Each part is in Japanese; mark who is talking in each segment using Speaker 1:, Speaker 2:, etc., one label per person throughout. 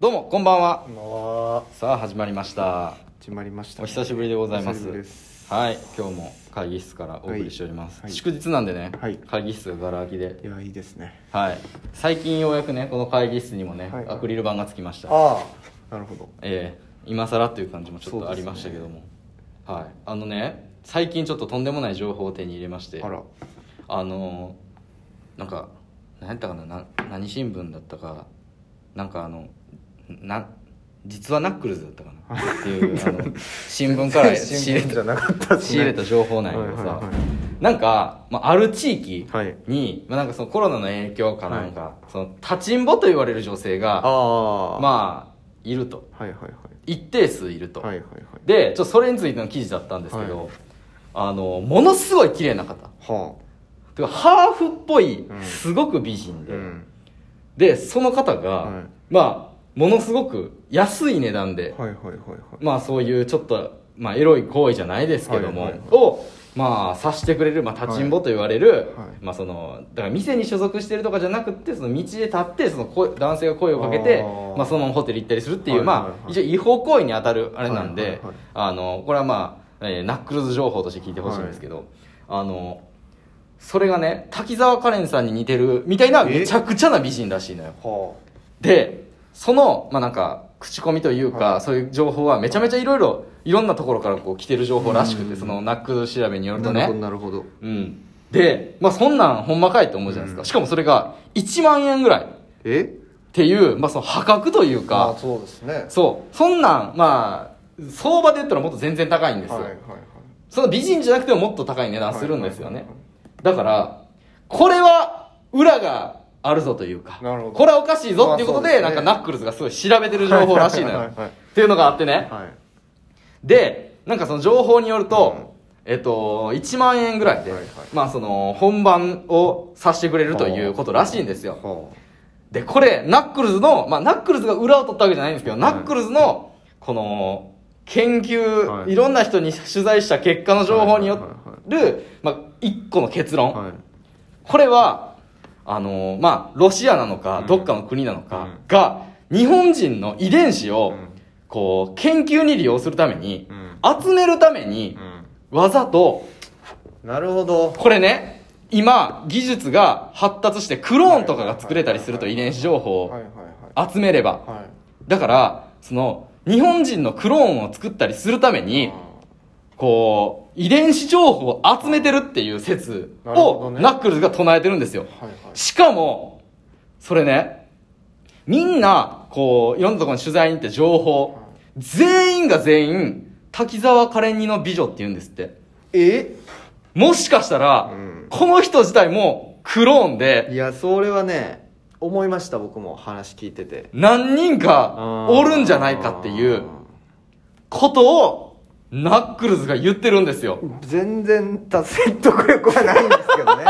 Speaker 1: どうもこんばんは
Speaker 2: も
Speaker 1: さあ始まりました
Speaker 2: う始まりました
Speaker 1: お
Speaker 2: ね、
Speaker 1: 久しぶりでございま
Speaker 2: お久し
Speaker 1: す
Speaker 2: ぶりです
Speaker 1: はい今日も会議室からお送りしております、
Speaker 2: はいはい
Speaker 1: 祝日なんでね、
Speaker 2: はい
Speaker 1: 会議室がガラ空きで
Speaker 2: いやいいですね
Speaker 1: はい最近ようやくねこの会議室にもね、
Speaker 2: はい
Speaker 1: アクリル板がつきました
Speaker 2: ああなるほど
Speaker 1: ええ今更という感じもちょっとありましたけども、はいあのね最近ちょっととんでもない情報を手に入れまして
Speaker 2: あら
Speaker 1: あのーなんか何やったかなな何新聞だったかなんかあのな実はナックルズだったかなっていうあ の新聞から仕
Speaker 2: 新
Speaker 1: 入れ
Speaker 2: 聞じ
Speaker 1: た
Speaker 2: ゃなかったですね
Speaker 1: 仕入れた情報なんやけどさ、
Speaker 2: はいはいは
Speaker 1: なんか、まあ、ある地域
Speaker 2: はい
Speaker 1: に、まあ、なんかそのコロナの影響かなんか、その立ちんぼと言われる女性が
Speaker 2: あああ
Speaker 1: まあいると
Speaker 2: はいはいはい
Speaker 1: 一定数いると、
Speaker 2: はいはいはい
Speaker 1: でちょっとそれについての記事だったんですけど、
Speaker 2: はい
Speaker 1: あのものすごい綺麗な方
Speaker 2: は
Speaker 1: てかハーフっぽい
Speaker 2: うん
Speaker 1: すごく美人
Speaker 2: あ
Speaker 1: で、
Speaker 2: うん
Speaker 1: でその方が、
Speaker 2: はい
Speaker 1: まあものすごく安い値段で、
Speaker 2: はいはいはいはい
Speaker 1: まあそういうちょっと、まあ、エロい行為じゃないですけども、
Speaker 2: はいはいはい
Speaker 1: をまあさしてくれる、まあ、立ちんぼと言われる、
Speaker 2: はい
Speaker 1: まあそのだから店に所属してるとかじゃなくってその道で立ってその声男性が声をかけて
Speaker 2: あー
Speaker 1: まあ、そのままホテル行ったりするっていう、
Speaker 2: はいはいはい
Speaker 1: まあ一応違法行為に当たるあれなんで、
Speaker 2: はいはいはい
Speaker 1: あのこれはまあ、えーナックルズ情報として聞いてほしいんですけど、あのそれがね滝沢カレンさんに似てるみたいな
Speaker 2: え
Speaker 1: めちゃくちゃな美人らしいのよ。
Speaker 2: は
Speaker 1: でそのまあなんか口コミというか、
Speaker 2: は
Speaker 1: そういう情報はめちゃめちゃいろいろいろんなところからこう来てる情報らしく
Speaker 2: う
Speaker 1: て
Speaker 2: ん
Speaker 1: そのナックル調べによ
Speaker 2: あ
Speaker 1: ると
Speaker 2: なるほど
Speaker 1: ね
Speaker 2: なるほど
Speaker 1: うんで、まあ、そんなんほんまかいと思うじゃないですか、
Speaker 2: うん
Speaker 1: しかもそれが1万円ぐらいっ
Speaker 2: え
Speaker 1: ていう、まあ、その破格という
Speaker 2: あ
Speaker 1: か
Speaker 2: そうですね
Speaker 1: そうそんなんまあ相場で言ったらもっと全然高いんですよ、
Speaker 2: はいはいはい
Speaker 1: その美人じゃなくてももっと高い値段するんですよね、
Speaker 2: はいはいはい
Speaker 1: だからこれは裏があるぞというか
Speaker 2: なるほど
Speaker 1: これはおかしいぞっていうことで,、
Speaker 2: まあそうですね
Speaker 1: なんかナックルズがすごい調べてる情報らしいのよ
Speaker 2: はいはいはい
Speaker 1: っていうのがあってね
Speaker 2: はい
Speaker 1: でなんかその情報によると、えっと、1万円ぐらいで、
Speaker 2: はいはい
Speaker 1: まあその本番をさせてくれるということらしいんですよ
Speaker 2: は
Speaker 1: でこれナックルズの、まあ、ナックルズが裏を取ったわけじゃないんですけど、
Speaker 2: い
Speaker 1: ナックルズのこの研究、
Speaker 2: はい
Speaker 1: い、ろんな人に取材した結果の情報による、まあ、一個の結
Speaker 2: あ
Speaker 1: 論、
Speaker 2: はい
Speaker 1: これはあのーまあロシアなのか、
Speaker 2: うん
Speaker 1: どっかの国なの
Speaker 2: う
Speaker 1: か
Speaker 2: ん
Speaker 1: が日本人の遺伝子を、
Speaker 2: うん
Speaker 1: こう研究に利用するために
Speaker 2: う、ん
Speaker 1: 集めるために、わざと
Speaker 2: なるほど
Speaker 1: これね今技術が発達してクローンとかが作れたりすると
Speaker 2: はい
Speaker 1: 遺
Speaker 2: はい
Speaker 1: 伝子情報
Speaker 2: はい
Speaker 1: を
Speaker 2: はいは
Speaker 1: 集めれば、
Speaker 2: いはい
Speaker 1: だからその日本人のクローンを作ったりするためにこう遺伝子情報を集めてるっていう説
Speaker 2: なるほ
Speaker 1: を
Speaker 2: どね
Speaker 1: ナックルズが唱えてるんですよ
Speaker 2: はいはい
Speaker 1: しかもそれねみんなこういろんなところに取材に行って情報全員が全員滝沢カレンニの美女って言うんですって
Speaker 2: え
Speaker 1: もしかしたら、
Speaker 2: うん
Speaker 1: この人自体もクローンで
Speaker 2: いやそれはね思いました僕も話聞いてて
Speaker 1: 何人かおるんじゃないかっていうことをナックルズが言ってるんですよ
Speaker 2: 全然た説得力はないんですけ どね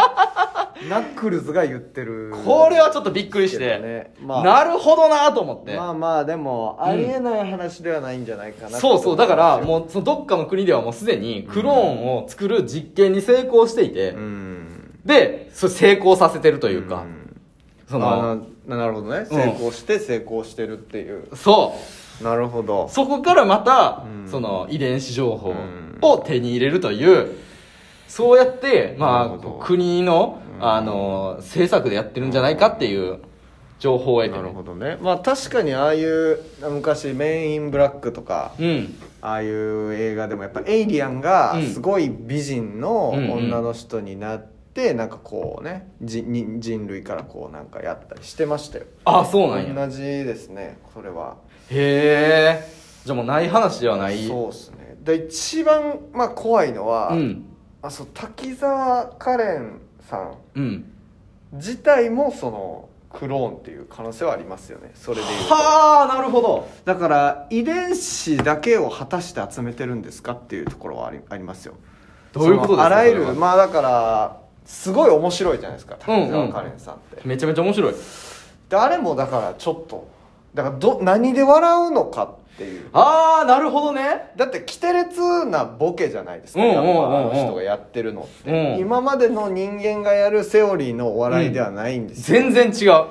Speaker 2: ナックルズが言ってる
Speaker 1: これはちょっとびっくりし
Speaker 2: ですけ
Speaker 1: て
Speaker 2: どね、まあ
Speaker 1: なるほどなと思って、
Speaker 2: まあまあでも
Speaker 1: ん
Speaker 2: ありえない話ではないんじゃないかなって
Speaker 1: そうそうだから
Speaker 2: う
Speaker 1: もうそのどっかの国ではもうすでにクローンを作る実験に成功していて、
Speaker 2: うん
Speaker 1: でそれ成功させてるというか、
Speaker 2: ん
Speaker 1: その
Speaker 2: あななるほどね成功して成功してるっていう、
Speaker 1: そう
Speaker 2: なるほど
Speaker 1: そこからまた、
Speaker 2: うん
Speaker 1: その遺伝子情報
Speaker 2: うん
Speaker 1: を手に入れるというそうやって、
Speaker 2: なる
Speaker 1: ま
Speaker 2: ほど
Speaker 1: あ、こう国の、
Speaker 2: うん
Speaker 1: あの政策でやってるんじゃないかっていう情報を得て
Speaker 2: なる
Speaker 1: ね
Speaker 2: ほどねまあ確かにああいう昔メインインブラックとか
Speaker 1: うん
Speaker 2: ああいう映画でもやっぱエイリアンが
Speaker 1: うん
Speaker 2: すごい美人の
Speaker 1: うんうん
Speaker 2: 女の人になってなんかこうね人人人類からこうなんかやったりしてましたよ
Speaker 1: あそうなんや
Speaker 2: 同じですねそれは
Speaker 1: へえじゃあもうない話ではない
Speaker 2: そうですねで一番まあ怖いのは、
Speaker 1: うん
Speaker 2: あそう滝沢カレンさん
Speaker 1: うん
Speaker 2: 自体もそのクローンっていう可能性はありますよねそれでいうと
Speaker 1: はあなるほど
Speaker 2: だから遺伝子だけを果たして集めてるんですかっていうところはありありますよ
Speaker 1: どういうことですか
Speaker 2: そのあらゆる
Speaker 1: それは
Speaker 2: まあだからすごい面白いじゃないですか滝
Speaker 1: うんう
Speaker 2: 沢
Speaker 1: ん
Speaker 2: カレンさんって、
Speaker 1: めちゃめちゃ面白い
Speaker 2: であれもだからちょっとだからど何で笑うのかっていう
Speaker 1: ああなるほどね
Speaker 2: だってキテレツなボケじゃないですか
Speaker 1: うんうん
Speaker 2: や
Speaker 1: うん
Speaker 2: っぱ
Speaker 1: うん
Speaker 2: あの人がやってるのって、
Speaker 1: うん
Speaker 2: 今までの人間がやるセオリーのお笑いではないんですよ、
Speaker 1: 全然違う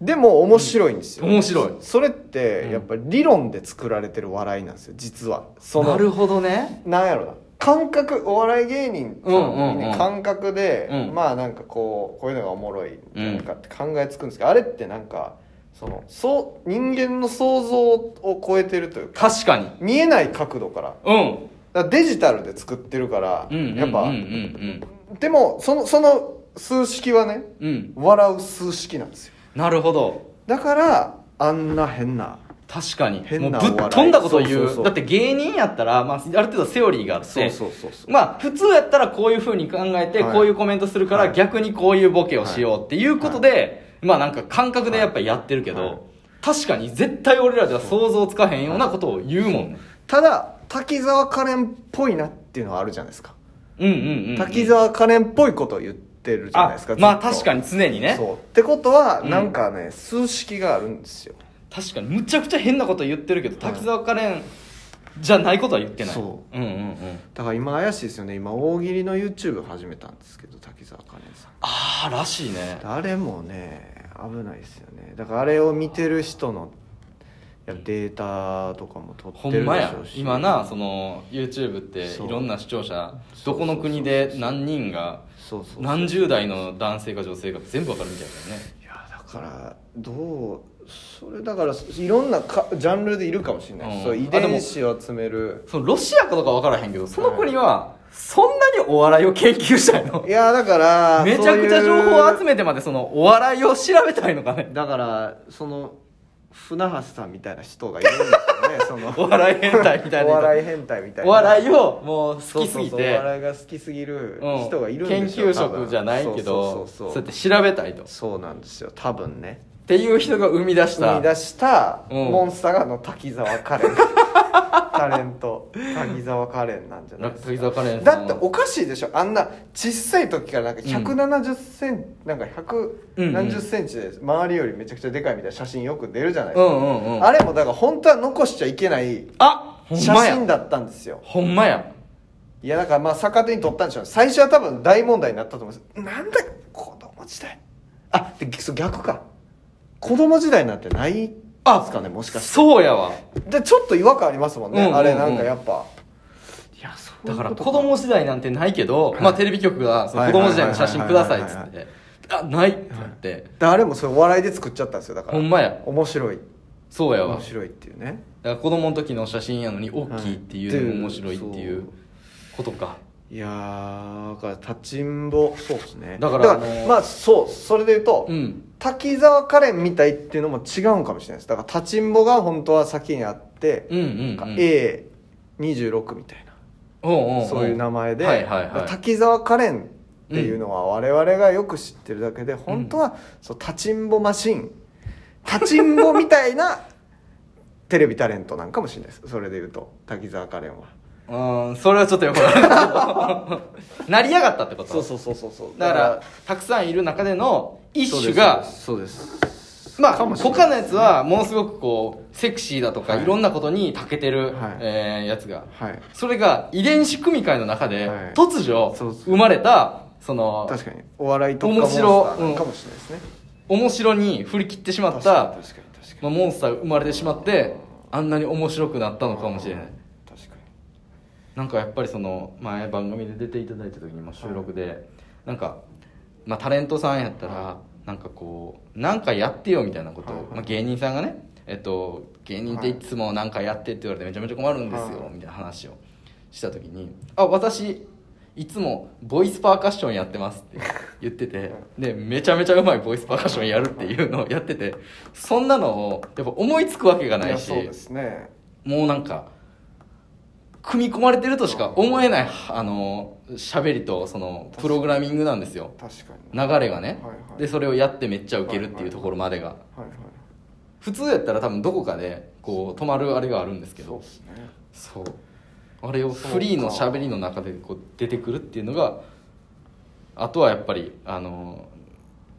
Speaker 2: でも面白いんですよ、
Speaker 1: 面白い
Speaker 2: それっ
Speaker 1: う
Speaker 2: て
Speaker 1: ん
Speaker 2: やっぱり理論で作られてる笑いなんですよ実はその
Speaker 1: なるほどね
Speaker 2: なんやろな感覚お笑い芸人さん
Speaker 1: うんうんうん
Speaker 2: にね感覚で、
Speaker 1: うん
Speaker 2: まあなんかこうこういうのがおもろい
Speaker 1: うん
Speaker 2: とかって考えつくんですけど、あれってなんかそのそう人間の想像を超えてるというか
Speaker 1: 確かに
Speaker 2: 見えない角度から
Speaker 1: うん
Speaker 2: だからデジタルで作ってるから、
Speaker 1: うん
Speaker 2: やっぱ、
Speaker 1: うんうん
Speaker 2: でもそのその数式はね
Speaker 1: うんうんうん
Speaker 2: 笑う数式なんですよ
Speaker 1: なるほど
Speaker 2: だからあんな変な
Speaker 1: 確かに
Speaker 2: 変
Speaker 1: もう
Speaker 2: な
Speaker 1: ぶっ
Speaker 2: お笑い
Speaker 1: 飛んだことを言う
Speaker 2: そうそうそう
Speaker 1: だって芸人やったら、まあ、ある程度セオリーがあって
Speaker 2: うそうそ
Speaker 1: まあ普通やったらこういうふうに考えて、
Speaker 2: はい
Speaker 1: こういうコメントするから、
Speaker 2: はい
Speaker 1: 逆にこういうボケをしようっていうことで、まあなんか感覚でやっぱやってるけど、
Speaker 2: はい
Speaker 1: 確かに絶対俺らじゃ想像つかへんようなことを言うもんね、
Speaker 2: ただ滝沢カレンっぽいなっていうのはあるじゃないですか、
Speaker 1: うんうんうんうん
Speaker 2: 滝沢カレンっぽいことを言ってるじゃないですか
Speaker 1: あまあ確か
Speaker 2: に
Speaker 1: に常にね
Speaker 2: そうってことは
Speaker 1: うん
Speaker 2: なんかね、数式があるんですよ
Speaker 1: 確かにむちゃくちゃ変なこと言ってるけど滝沢カレンじゃないことは言ってない
Speaker 2: そ
Speaker 1: うんうんうん
Speaker 2: だから今怪しいですよね今大喜利の YouTube 始めたんですけど滝沢カレンさん
Speaker 1: ああらしいね
Speaker 2: あれもね危ないですよねだからあれを見てる人のいやデータとかも取
Speaker 1: ほ
Speaker 2: っ
Speaker 1: ん
Speaker 2: てるで
Speaker 1: ま
Speaker 2: し
Speaker 1: や
Speaker 2: ょうし
Speaker 1: 今なその YouTube って
Speaker 2: そう
Speaker 1: いろんな視聴者
Speaker 2: そ
Speaker 1: ど
Speaker 2: う
Speaker 1: この国で何人が
Speaker 2: そうそうそう
Speaker 1: 何十代の男性か女性か全部わかるみたいだ よね
Speaker 2: いやだからどうそれだからいろんなかジャンルでいるかもしれない、
Speaker 1: うん
Speaker 2: そう遺伝子を集める
Speaker 1: そのロシアかとかわからへんけどその国はそんなにお笑いを研究したいの
Speaker 2: いやだから
Speaker 1: めちゃくちゃ情報を集
Speaker 2: め
Speaker 1: めてまでそのお笑いを調べたいのかね
Speaker 2: だからその船橋さんみたいな人がいるんです よねそ
Speaker 1: お
Speaker 2: の
Speaker 1: 笑い変態みたいな
Speaker 2: お笑い変態みたい
Speaker 1: お
Speaker 2: な
Speaker 1: 笑いをもう好
Speaker 2: そう
Speaker 1: きす
Speaker 2: そう
Speaker 1: ぎ
Speaker 2: そう
Speaker 1: て
Speaker 2: お笑いが好きすぎる
Speaker 1: うん
Speaker 2: 人がいるん
Speaker 1: 研
Speaker 2: でしょ
Speaker 1: 究職じゃないけど
Speaker 2: 多分そうそ
Speaker 1: そう
Speaker 2: うそ
Speaker 1: や
Speaker 2: う
Speaker 1: って調べたいとっ
Speaker 2: そうなんですよ多分ね
Speaker 1: ていう人が生み出した
Speaker 2: 生み出した
Speaker 1: うん
Speaker 2: モンスターがあの滝沢 カレンタレント滝沢カレンなんじゃないですか
Speaker 1: 滝沢カレンさ
Speaker 2: だ
Speaker 1: ん
Speaker 2: っておかしいでしょあんな小さい時からなんか1 7 0センチ、なんか
Speaker 1: うんうん
Speaker 2: 1何十センチで周りよりめちゃくちゃでかいみたいな写真よく出るじゃないで
Speaker 1: う
Speaker 2: すか、
Speaker 1: んうんうん
Speaker 2: あれもだから本当は残しちゃいけない
Speaker 1: あほん
Speaker 2: 写
Speaker 1: ま
Speaker 2: 真
Speaker 1: や
Speaker 2: だったんですよ
Speaker 1: ほんまや
Speaker 2: いやだからまあ逆手に取ったんでしょうね最初は多分大問題になったと思うんですなんだ子供時代あでそう逆か子供時代なんてないんですかねもしかして
Speaker 1: そうやわ
Speaker 2: でちょっと違和感ありますもんね、
Speaker 1: うんうんうん
Speaker 2: あれなんかやっぱいやそ
Speaker 1: だから子供時代なんてないけど、まあ、テレビ局がその
Speaker 2: は
Speaker 1: 子
Speaker 2: い
Speaker 1: 供時代の写真くださいっつ
Speaker 2: は
Speaker 1: っ
Speaker 2: いはい
Speaker 1: て「あない」ってなって
Speaker 2: 誰もそれお笑いで作っちゃったんですよだから
Speaker 1: ほんまや
Speaker 2: 面白い
Speaker 1: そうやわ
Speaker 2: 面
Speaker 1: だか
Speaker 2: 白いっていうね
Speaker 1: ら子供の時の写真やのに大きいっていうのも面白いってい
Speaker 2: はいう
Speaker 1: ことか
Speaker 2: いやーだから立ちんぼそうですね
Speaker 1: だからあの
Speaker 2: まあそうそれで言うと、
Speaker 1: うん
Speaker 2: 滝沢カレンみたいっていうのも違うんかもしれないですだから立ちんぼが本当は先にあって、
Speaker 1: うんうん
Speaker 2: な
Speaker 1: うんん
Speaker 2: か A26 みたいな
Speaker 1: おうおうお
Speaker 2: そういう名前で、
Speaker 1: はいはいはい
Speaker 2: だから滝沢カレンっていうのは我々がよく知ってるだけで、本当はそう立ちんぼマシン立ちんぼみた いなテレビタレントなんかもしれないですそれで言うと滝沢カレンは
Speaker 1: うんそれはちょっとよくわからない なりやがったってこと
Speaker 2: そうそうそうそうそう
Speaker 1: だからたくさんいる中での一
Speaker 2: そう
Speaker 1: 種
Speaker 2: です
Speaker 1: が
Speaker 2: そうです
Speaker 1: まあ、
Speaker 2: かもしれない
Speaker 1: 他のやつはものすごくこうセクシーだとか、
Speaker 2: はい
Speaker 1: い、ろんなことに長けてる、
Speaker 2: はい
Speaker 1: えーやつが
Speaker 2: はい
Speaker 1: それが遺伝子組み換えの中で、
Speaker 2: はい
Speaker 1: 突如
Speaker 2: そうそう
Speaker 1: 生まれたその
Speaker 2: 確かにお笑い特化モンスターなんかもしれないですね
Speaker 1: 面白に振り切ってしまっ
Speaker 2: 確か
Speaker 1: た
Speaker 2: に確かに確かに
Speaker 1: まあ、モンスターが生まれてしまってあんなに面白くなったのかもしれない
Speaker 2: 確か
Speaker 1: なんかやっぱりその前番組で出ていただいた時にも収録で、なんか、まあ、タレントさんやったら、なんかこうなんかやってよみたいなことを、
Speaker 2: はいはい
Speaker 1: まあ、芸人さんがね、えっと、芸人っていつもなんかやってって言われてめちゃめちゃ困るんですよ、
Speaker 2: はい
Speaker 1: みたいな話をした時に「あ私いつもボイスパーカッションやってます」って言っててでめちゃめちゃうまいボイスパーカッションやるっていうのをやっててそんなのをやっぱ思いつくわけが
Speaker 2: に
Speaker 1: ない
Speaker 2: や
Speaker 1: し
Speaker 2: そうですね
Speaker 1: もうなんか組み込まれてるとしか思えないあの喋りとそのプログラミングなんですよ
Speaker 2: 確かに
Speaker 1: 流れがね、
Speaker 2: はいはい
Speaker 1: でそれをやってめっちゃウケるっていうところまでが
Speaker 2: はいはい
Speaker 1: 普通やったら多分どこかでこう止まるあれがあるんですけ
Speaker 2: そう
Speaker 1: ど
Speaker 2: ですね
Speaker 1: そうあれをフリーの喋りの中でこう出てくるっていうのがあとはやっぱりあの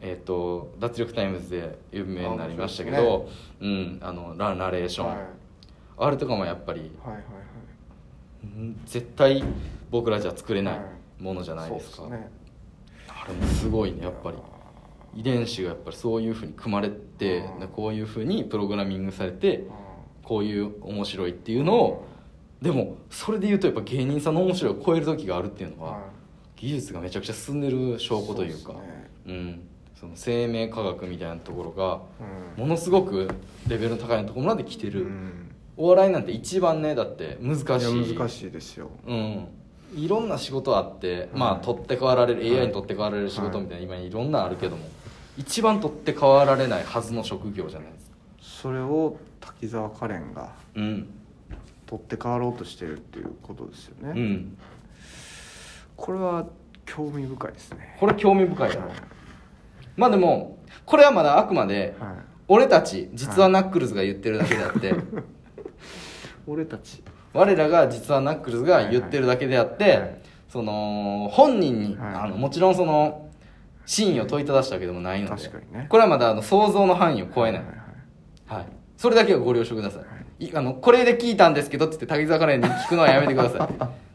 Speaker 1: えっ、と脱力タイムズで有名になりましたけ
Speaker 2: あ
Speaker 1: どうんあのラナレーション、
Speaker 2: はい、
Speaker 1: あれとかもやっぱり
Speaker 2: はいはいはい
Speaker 1: うん絶対僕らじゃ作れない
Speaker 2: は
Speaker 1: ものじゃないですか、
Speaker 2: そうですね
Speaker 1: あれもすごいねやっぱり
Speaker 2: あ
Speaker 1: 遺伝子がやっぱりそういうふうに組まれて
Speaker 2: うん
Speaker 1: こういうふうにプログラミングされて
Speaker 2: うん
Speaker 1: こういう面白いっていうのをでもそれで言うとやっぱ芸人さんの面白いを超える時があるっていうのは技術がめちゃくちゃ進んでる証拠というか
Speaker 2: そですね
Speaker 1: うんその生命科学みたいなところが
Speaker 2: うん
Speaker 1: ものすごくレベルの高いところまで来て
Speaker 2: う
Speaker 1: る
Speaker 2: ん
Speaker 1: お笑いなんて一番ねだって難
Speaker 2: い
Speaker 1: し
Speaker 2: や
Speaker 1: い
Speaker 2: 難しいですよ
Speaker 1: うんいろんな仕事あって、まあ
Speaker 2: はい
Speaker 1: 取って代わられる
Speaker 2: はい
Speaker 1: AI に取って代わられる仕事みたいな、今いろんなあるけども一番取って代わられないはずの職業じゃないですか
Speaker 2: それを滝沢カレンが
Speaker 1: うん
Speaker 2: 取って代わろうとしてるっていうことですよね、
Speaker 1: うん
Speaker 2: これは興味深いですね
Speaker 1: これ興味深いな
Speaker 2: はい
Speaker 1: まあでもこれはまだあくまで
Speaker 2: はい、
Speaker 1: 俺たち実はナックルズが言ってるだけであって、
Speaker 2: 俺たち
Speaker 1: 我らが実はナックルズが言ってるだけであって、
Speaker 2: はいはいはい
Speaker 1: その本人に、
Speaker 2: はい
Speaker 1: あのもちろんその真意を問いただしたわけでもないので
Speaker 2: 確かにね
Speaker 1: これはまだあの想像の範囲を超えない、
Speaker 2: はは
Speaker 1: はい、それだけはご了承ください,い、あのこれで聞いたんですけどって言って滝沢カレンに聞くのはやめてください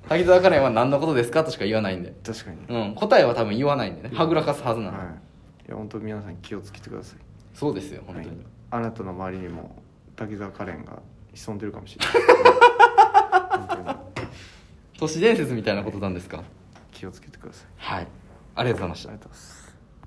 Speaker 1: 滝沢カレンは何のことですかとしか言わないんで、
Speaker 2: 確かに、
Speaker 1: うん、答えは多分言わないんでねはぐらかすはずなの、
Speaker 2: はい、いや本当皆さん気をつけてください
Speaker 1: そうですよ本当に、
Speaker 2: はいあなたの周りにも滝沢カレンが潜んでるかもし れない本当に
Speaker 1: 都市伝説みたいなことなんですか
Speaker 2: 気をつけてください
Speaker 1: はいありがとうございました
Speaker 2: ありがとうございます